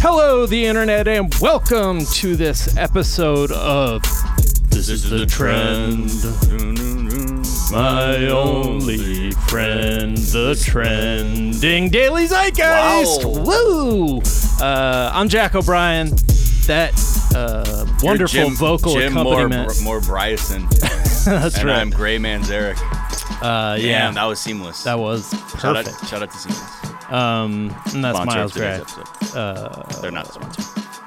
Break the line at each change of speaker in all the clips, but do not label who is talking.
Hello, the internet, and welcome to this episode of
This is the trend.
My Only Friend, the Trending Daily Zeitgeist.
Wow.
Woo! Uh, I'm Jack O'Brien. That uh,
You're
wonderful
Jim-
vocal
Jim Moore,
accompaniment.
Moore Bryson.
That's
and
right.
I'm Gray Man's Eric.
uh, yeah,
Damn, that was seamless.
that was
shout
perfect.
Out, shout out to Seamless.
Um, and that's
Sponsor
Miles
of today's
Gray. Uh,
episode. They're not sponsored.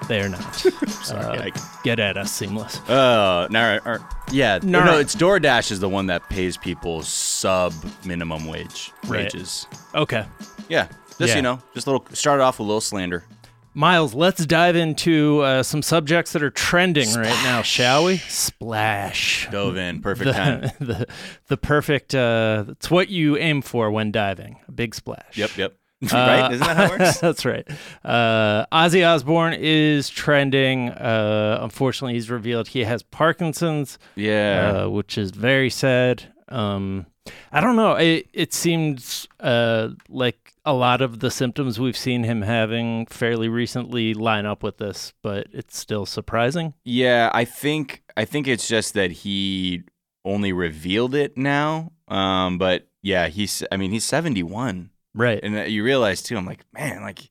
They're not. uh,
Sorry. I-
Get at us, seamless.
Uh, nah, or, yeah, no,
Nah.
no, it's DoorDash is the one that pays people sub minimum wage
Right.
wages.
Okay.
Yeah, just
Yeah.
you know, just a little started off with a little slander.
Miles, let's dive into uh, some subjects that are trending right now, shall we? Splash.
Dove in, perfect time.
the, the perfect, uh, it's what you aim for when diving a big splash.
Yep, yep.
Uh,
right? Isn't that how it works?
That's right. Uh, Ozzy Osbourne is trending. Uh, unfortunately, he's revealed he has Parkinson's,
Yeah.
uh, which is very sad. Um, I don't know. It, it seems uh, like a lot of the symptoms we've seen him having fairly recently line up with this, but it's still surprising.
Yeah, I think I think it's just that he only revealed it now. Um, but yeah, he's I mean he's 71,
Right.
and uh, you realize too. I'm like, man, like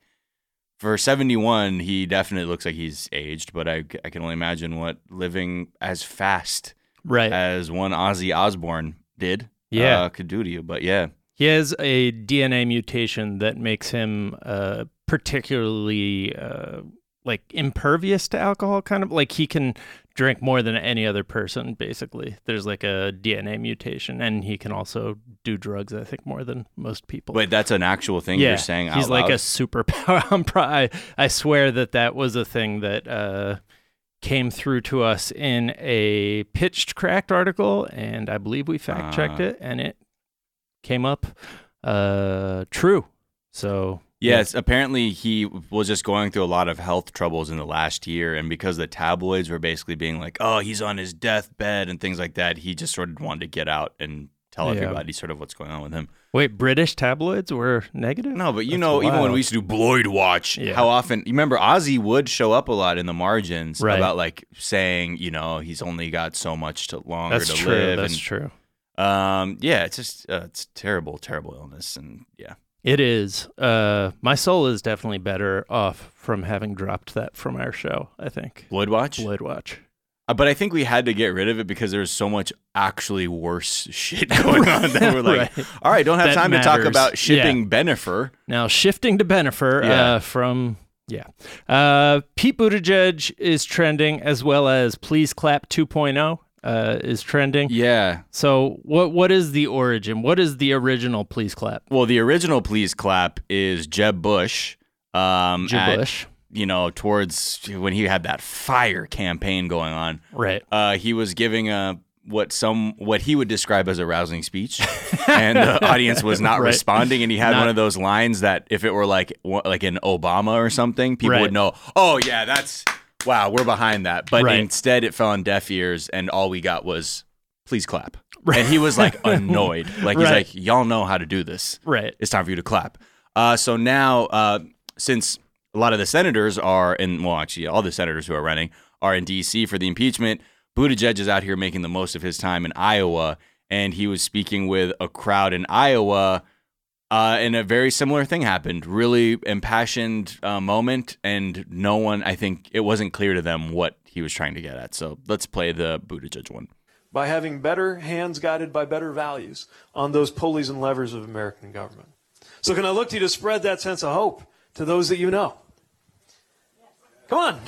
for 71, he definitely looks like he's aged. But I I can only imagine what living as fast
right.
as one Ozzy Osbourne did,
Eh. Yeah.
uh, could do to you. But yeah,
He has a DNA mutation that makes him uh, particularly uh, like impervious to alcohol. Kind of like he can drink more than any other person. Basically, there's like a DNA mutation, and he can also do drugs. I think more than most people.
wait, that's an actual thing
yeah,
you're saying.
he's
out
like
loud?
a superpower. I'm pro- I, I swear that that was a thing that uh, came through to us in a pitched cracked article, and I believe we fact checked
Ah.
it, and it came up uh, true. So
Yes, apparently he was just going through a lot of health troubles in the last year, and because the tabloids were basically being like, "Oh, he's on his deathbed" and things like that, he just sort of wanted to get out and tell
Yeah.
everybody sort of what's going on with him.
wait, British tabloids were negative.
No, but you
That's
know, even when
wild.
we used to do Bloyd Watch,
Yeah.
how often you remember Ozzy would show up a lot in the margins
Right.
about like saying, you know, he's only got so much to, longer
that's
to
true.
live.
that's
and,
true.
Um, yeah, it's just uh, it's terrible, terrible illness, and yeah,
It is. Uh, my soul is definitely better off from having dropped that from our show. I think.
Bloyd Watch.
Blood watch.
Uh, But I think we had to get rid of it because there was so much actually worse shit going on that we're like,
Right.
all right, don't have
That
time to
matters.
talk about shipping Benefer.
Now shifting to Benifer uh,
Yeah.
from yeah, uh, Pete Buttigieg is trending as well as Please Clap 2.0 uh, is trending.
Yeah.
So what what is the origin? What is the original Please Clap?
Well, the original Please Clap is Jeb Bush. Um,
Jeb
at-
Bush,
You know, towards when he had that fire campaign going on,
right?
uh, he was giving a what some what he would describe as a rousing speech, and the audience was not
Right.
responding. And he had
Not-
one of those lines that if it were like wa- like an Obama or something, people
Right.
would know. Oh yeah, that's wow, we're behind that. But
Right.
instead, it fell on deaf ears, and all we got was please clap. And he was like annoyed. Like he's
Right.
like, y'all know how to do this
Right.
it's time for you to clap. Uh, so now, uh, since a lot of the senators are in, well, actually, all the senators who are running are in D.C. for the impeachment, Buttigieg is out here making the most of his time in Iowa, and he was speaking with a crowd in Iowa. Uh, and a very similar thing happened. Really impassioned uh, moment, and no one, I think, it wasn't clear to them what he was trying to get at. So let's play the Buttigieg one.
by having better hands guided by better values on those pulleys and levers of American government. So, can I look to you to spread that sense of hope to those that you know? Come on.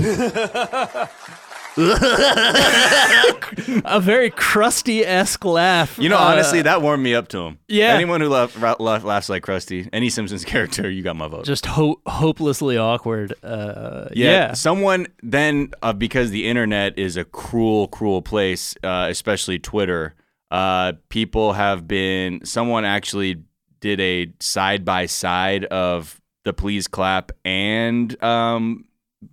A very crusty esque laugh.
You know,
uh,
honestly, that warmed me up to him.
yeah.
Anyone who laugh, ra- laugh, laughs like Krusty, any Simpsons character, you got my vote.
just ho- hopelessly awkward. Uh,
yeah.
yeah.
Someone then, uh, because the internet is a cruel, cruel place, uh, especially Twitter, uh, people have been, someone actually did a side by side of the Please Clap and um,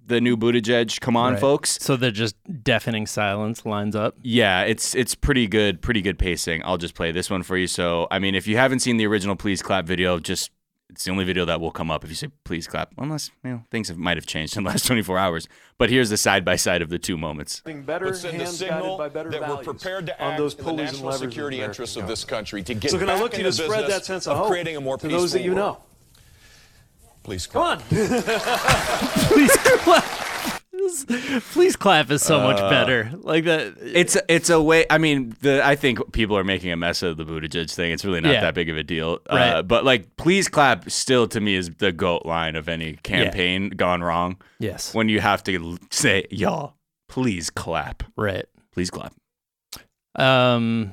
the new Buttigieg Come On,
Right.
folks.
So the just deafening silence lines up.
Yeah, it's it's pretty good, pretty good pacing. I'll just play this one for you. So, I mean, if you haven't seen the original Please Clap video, just it's the only video that will come up if you say please clap, unless you know things have, might have changed in the last 24 hours. But here's the side by side of the two moments.
Having better
would send a
hands guided
signal
by better
that we're
values
prepared to
on
act
those
in the
pulleys and
national
levers of
security
American
interests of this
government.
country to get
So can
back
I look to
in
you to
the
spread
business
that sense
of
of hope
creating a more
to
peaceful
those that you
world.
know?
Please
Come on,
please clap. Please clap is so
Uh.
much better. Like that.
It's a, it's a way. I mean, the I think people are making a mess of the Buttigieg thing. It's really not
Yeah.
that big of a deal.
Right.
Uh, but like, please clap. Still, to me, is the goat line of any campaign gone wrong.
yes.
When you have to l- say, "Y'all, please clap,
Right.
please clap."
Um,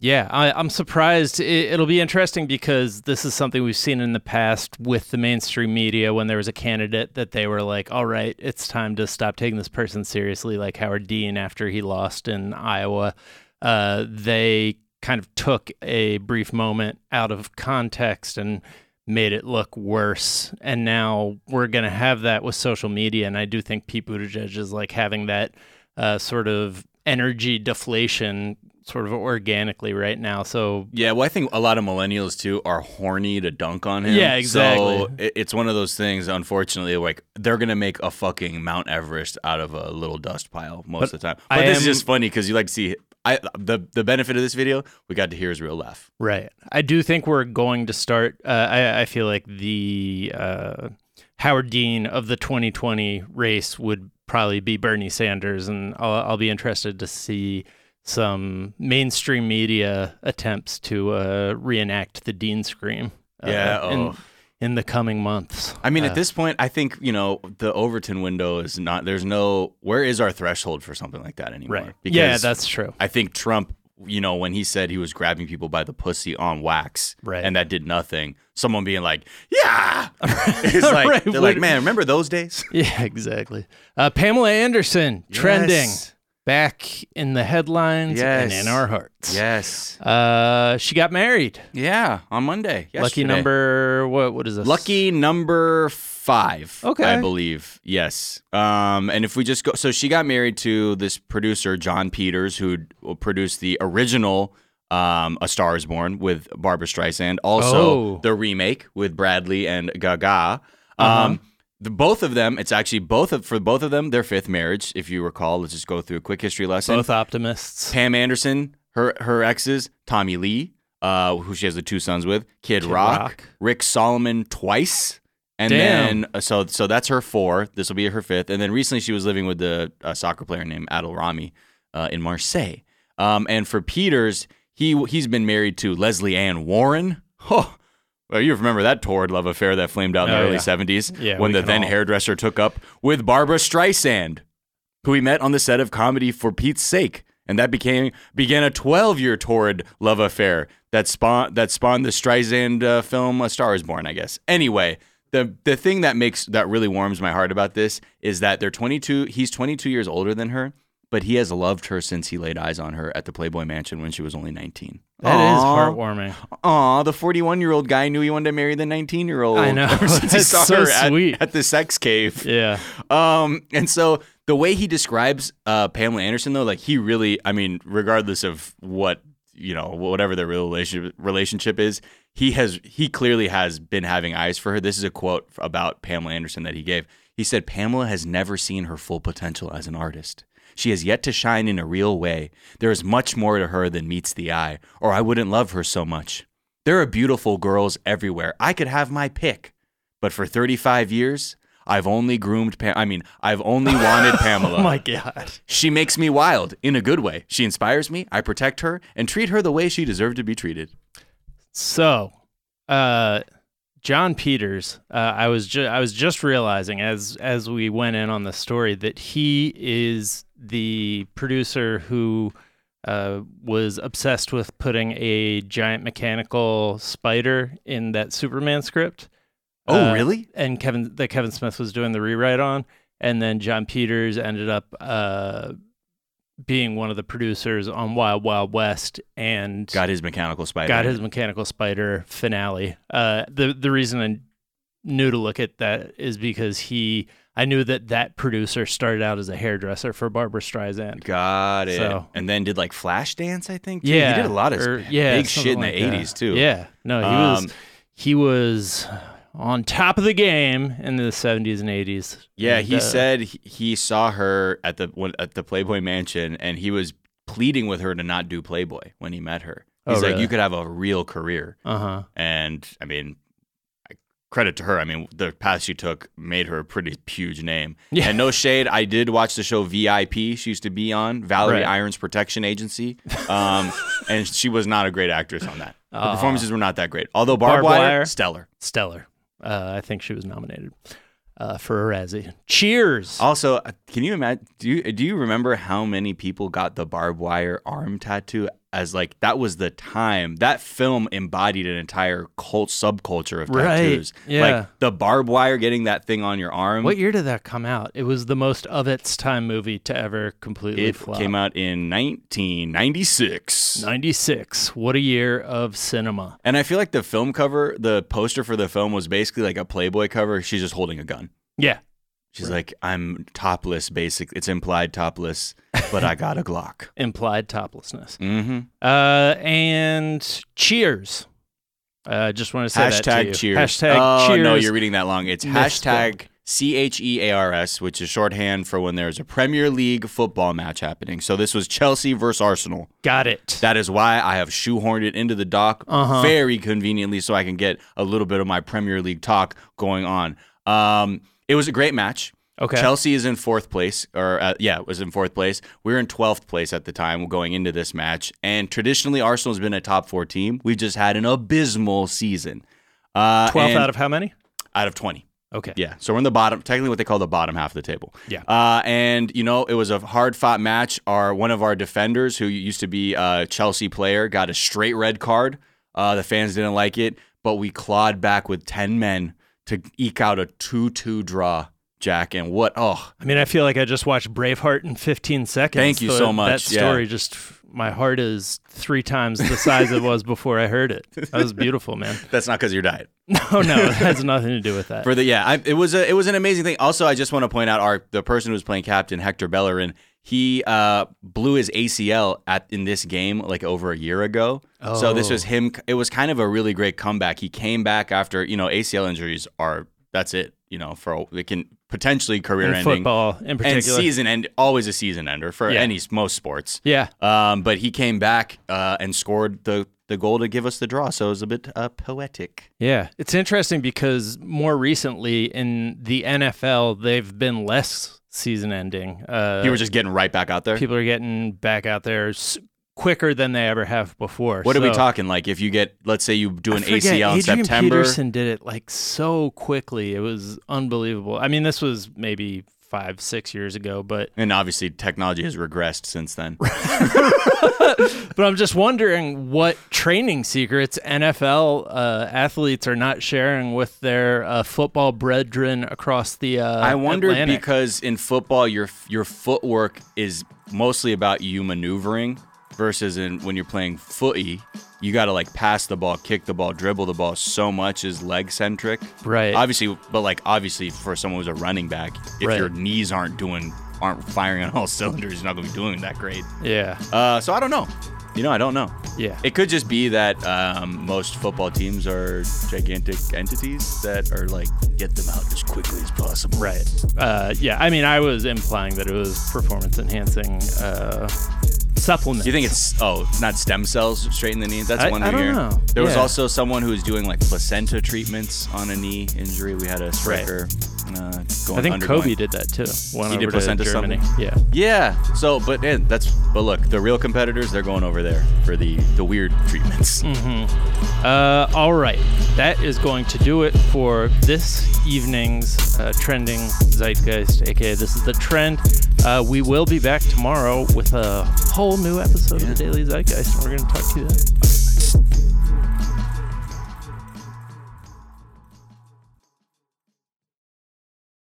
yeah, I, I'm surprised. It, it'll be interesting because this is something we've seen in the past with the mainstream media when there was a candidate that they were like, all right, it's time to stop taking this person seriously, like Howard Dean after he lost in Iowa. Uh, they kind of took a brief moment out of context and made it look worse. And now we're going to have that with social media. And I do think Pete Buttigieg is like having that uh, sort of energy deflation sort of organically right now. So
Yeah, well, I think a lot of millennials too are horny to dunk on him.
Yeah, exactly.
So it- it's one of those things. Unfortunately, like they're gonna make a fucking Mount Everest out of a little dust pile most of the time. But
I
this is
am-
just funny because you like to see. I the the benefit of this video we got to hear his real laugh.
Right. I do think we're going to start. Uh, I, I feel like the uh, Howard Dean of the 2020 race would probably be Bernie Sanders, and I'll, I'll be interested to see some mainstream media attempts to uh, reenact the Dean scream. uh,
Yeah,
in,
oh.
in the coming months.
I mean, at this point, I think you know the Overton window is not. There's no. Where is our threshold for something like that anymore?
Right. Yeah,
Because
that's true.
I think Trump, you know, when he said he was grabbing people by the pussy on wax,
Right.
and that did nothing. Someone being like, "Yeah," it's like
Right.
they're like,
What-
"Man, remember those days?"
Yeah, exactly. Uh, Pamela Anderson trending
Yes.
back in the headlines and
Yes.
in our hearts.
Yes.
Uh, she got married.
Yeah, on Monday.
Lucky
yesterday.
number. What? What is this?
Lucky number five.
Okay.
I believe. Yes. Um, and if we just go, so she got married to this producer, John Peters, who produced the original um, A Star is Born with Barbara Streisand, also
Oh.
the remake with Bradley and Gaga. Um,
Uh-huh.
The, both of them, it's actually both of for both of them, their fifth marriage. If you recall, let's just go through a quick history lesson.
Both optimists.
Pam Anderson, her her exes, Tommy Lee, uh, who she has the two sons with, Kid, Rock,
Rock.
Rick Solomon twice, and
Damn.
then uh, so so that's her four. This will be her fifth, and then recently she was living with the uh, soccer player named Adil Rami uh, in Marseille. Um, and for Peters, he he's been married to Leslie Ann Warren. Oh, well, you remember that torrid love affair that flamed out in the
Oh,
early
yeah.
'70s
Yeah,
when
we
the
can
then
all-
hairdresser took up with Barbara Streisand who he met on the set of comedy for Pete's sake, and that became began a 12-year torrid love affair that spawned that spawned the Streisand uh, film A Star Is Born, I guess. Anyway, the the thing that makes that really warms my heart about this is that they're 22. He's 22 years older than her, but he has loved her since he laid eyes on her at the Playboy Mansion when she was only 19.
That is
Aw.
heartwarming.
Aw, the 41 year old guy knew he wanted to marry the 19 year old.
I know.
Ever since he
That's
saw
so
her at-
sweet.
At, the sex cave.
Yeah.
Um, and so the way he describes uh, Pamela Anderson, though, like he really, I mean, regardless of what you know, whatever their real relationship relationship is, he has he clearly has been having eyes for her. This is a quote about Pamela Anderson that he gave. He said, "Pamela has never seen her full potential as an artist." She has yet to shine in a real way. There is much more to her than meets the eye, or I wouldn't love her so much. There are beautiful girls everywhere. I could have my pick. But for 35 years, I've only groomed Pam. I mean, I've only wanted Pamela.
Oh my God.
She makes me wild in a good way. She inspires me. I protect her and treat her the way she deserved to be treated.
So, uh, John Peters, uh, I was ju- I was just realizing as as we went in on the story that he is the producer who uh, was obsessed with putting a giant mechanical spider in that Superman script.
Oh,
uh,
really?
And Kevin that Kevin Smith was doing the rewrite on, and then John Peters ended up uh, being one of the producers on Wild Wild West and
Got his mechanical spider.
got his mechanical spider finale. Uh, the the reason I knew to look at that is because he I knew that that producer started out as a hairdresser for Barbara Streisand.
Got it.
So-
And then did like Flashdance, I think. too.
Yeah,
He did a lot of
or-
big
yeah,
shit in
something like
the
that.
80s, too.
Yeah, no, he was
Um,
he was on top of the game in the 70s and 80s.
Yeah,
And,
he
uh,
said he- he saw her at the when- at the Playboy Mansion, and he was pleading with her to not do Playboy when he met her.
Oh,
He's like,
really?
you could have a real career,
uh-huh.
and I mean, I- credit to her. I mean, the path she took made her a pretty huge name.
Yeah.
And no shade, I did watch the show VIP. She used to be on Valerie
Right.
Irons Protection Agency, um, and she was not a great actress on that. Her
Aw.
performances were not that great. Although Barbed,
Barbed
wire,
Wire.
stellar.
Stellar. Uh, I think she was nominated uh, for a Razzie. Cheers.
Also, uh, can you imagine? Do you do you remember how many people got the barbed wire arm tattoo? As like that was the time that film embodied an entire cult subculture of
Right,
tattoos.
yeah.
Like the barbed wire, getting that thing on your arm.
what year did that come out? It was the most of its time movie to ever completely
it
flop.
came out in 1996.
96. What a year of cinema.
And I feel like the film cover, the poster for the film was basically like a Playboy cover. She's just holding a gun.
Yeah.
She's like, I'm topless, basic. It's implied topless, but I got a Glock.
Implied toplessness.
Mm-hmm.
Uh, and cheers. I uh, just want to say that to
hashtag
you.
cheers.
Hashtag
oh,
cheers.
no, you're reading that long. It's
Misspoke.
hashtag C H E A R S, which is shorthand for when there's a Premier League football match happening. So this was Chelsea versus Arsenal.
Got it.
That is why I have shoehorned it into the doc
Uh-huh.
very conveniently so I can get a little bit of my Premier League talk going on. Um, it was a great match.
Okay.
Chelsea is in fourth place, or uh, yeah, was in fourth place. We were in 12th place at the time going into this match. And traditionally, Arsenal's been a top four team. We've just had an abysmal season. Uh,
12
and-
out of how many?
out of 20.
Okay.
Yeah. So we're in the bottom, technically what they call the bottom half of the table.
Yeah.
Uh, and, you know, it was a hard fought match. Our One of our defenders, who used to be a Chelsea player, got a straight red card. Uh, the fans didn't like it, but we clawed back with 10 men to eke out a 2 2 draw, Jack. And what? Oh,
I mean, I feel like I just watched Braveheart in 15 seconds.
Thank you
The-
so much,
That
yeah.
story just, my heart is three times the size it was before I heard it. That was beautiful, man.
that's not because of your diet.
No, no, it has nothing to do with that.
For the yeah, I, it was a, it was an amazing thing. Also, I just want to point out our the person who was playing captain Hector Bellerin. He uh, blew his ACL at in this game like over a year ago. So this
Oh.
was him. It was kind of a really great comeback. He came back after you know ACL injuries are that's it. You know for it can potentially career
in
ending
football in
and
particular.
season end always a season ender for
Yeah.
any most sports.
yeah.
Um, but he came back uh, and scored the the goal to give us the draw. So it was a bit uh, poetic.
Yeah. It's interesting because more recently in the NFL, they've been less season ending. Uh,
You were just getting right back out there.
people are getting back out there s- quicker than they ever have before.
What are we
So-
talking? Like, if you get, let's say you do
I
an
forget,
ACL in
Adrian
September,
Peterson did it like so quickly. It was unbelievable. I mean, this was maybe five, six years ago, but
and obviously technology has regressed since then.
but I'm just wondering what training secrets NFL uh, athletes are not sharing with their uh, football brethren across the. Uh,
I wonder
Atlantic.
because in football, your your footwork is mostly about you maneuvering, versus in when you're playing footy, you got to like pass the ball, kick the ball, dribble the ball. So much is leg centric,
Right.
Obviously, but like obviously for someone who's a running back, if
Right.
your knees aren't doing aren't firing on all cylinders, you're not going to be doing that great.
yeah,
Uh, so I don't know. You know, I don't know.
yeah,
It could just be that um, most football teams are gigantic entities that are like, get them out as quickly as possible.
right, uh, yeah. I mean, I was implying that it was performance enhancing uh, supplements.
Do you think it's, oh, it's not stem cells straighten the knees? That's
I-
one
I
we
don't
hear.
know.
There was
Yeah.
also someone who was doing like placenta treatments on a knee injury. We had a striker uh, going
I think
undergoing-
Kobe did that too. Went
He did
over
placenta
to Germany.
supplement?
Yeah.
Yeah. So, but eh, that's, but look, the real competitors, they're going over there for the, the weird
Mm.
treatments.
Uh, all right, that is going to do it for this evening's uh, trending zeitgeist, aka this is the trend. Uh, we will be back tomorrow with a whole new episode of the Daily Zeitgeist. and We're going to talk to you then.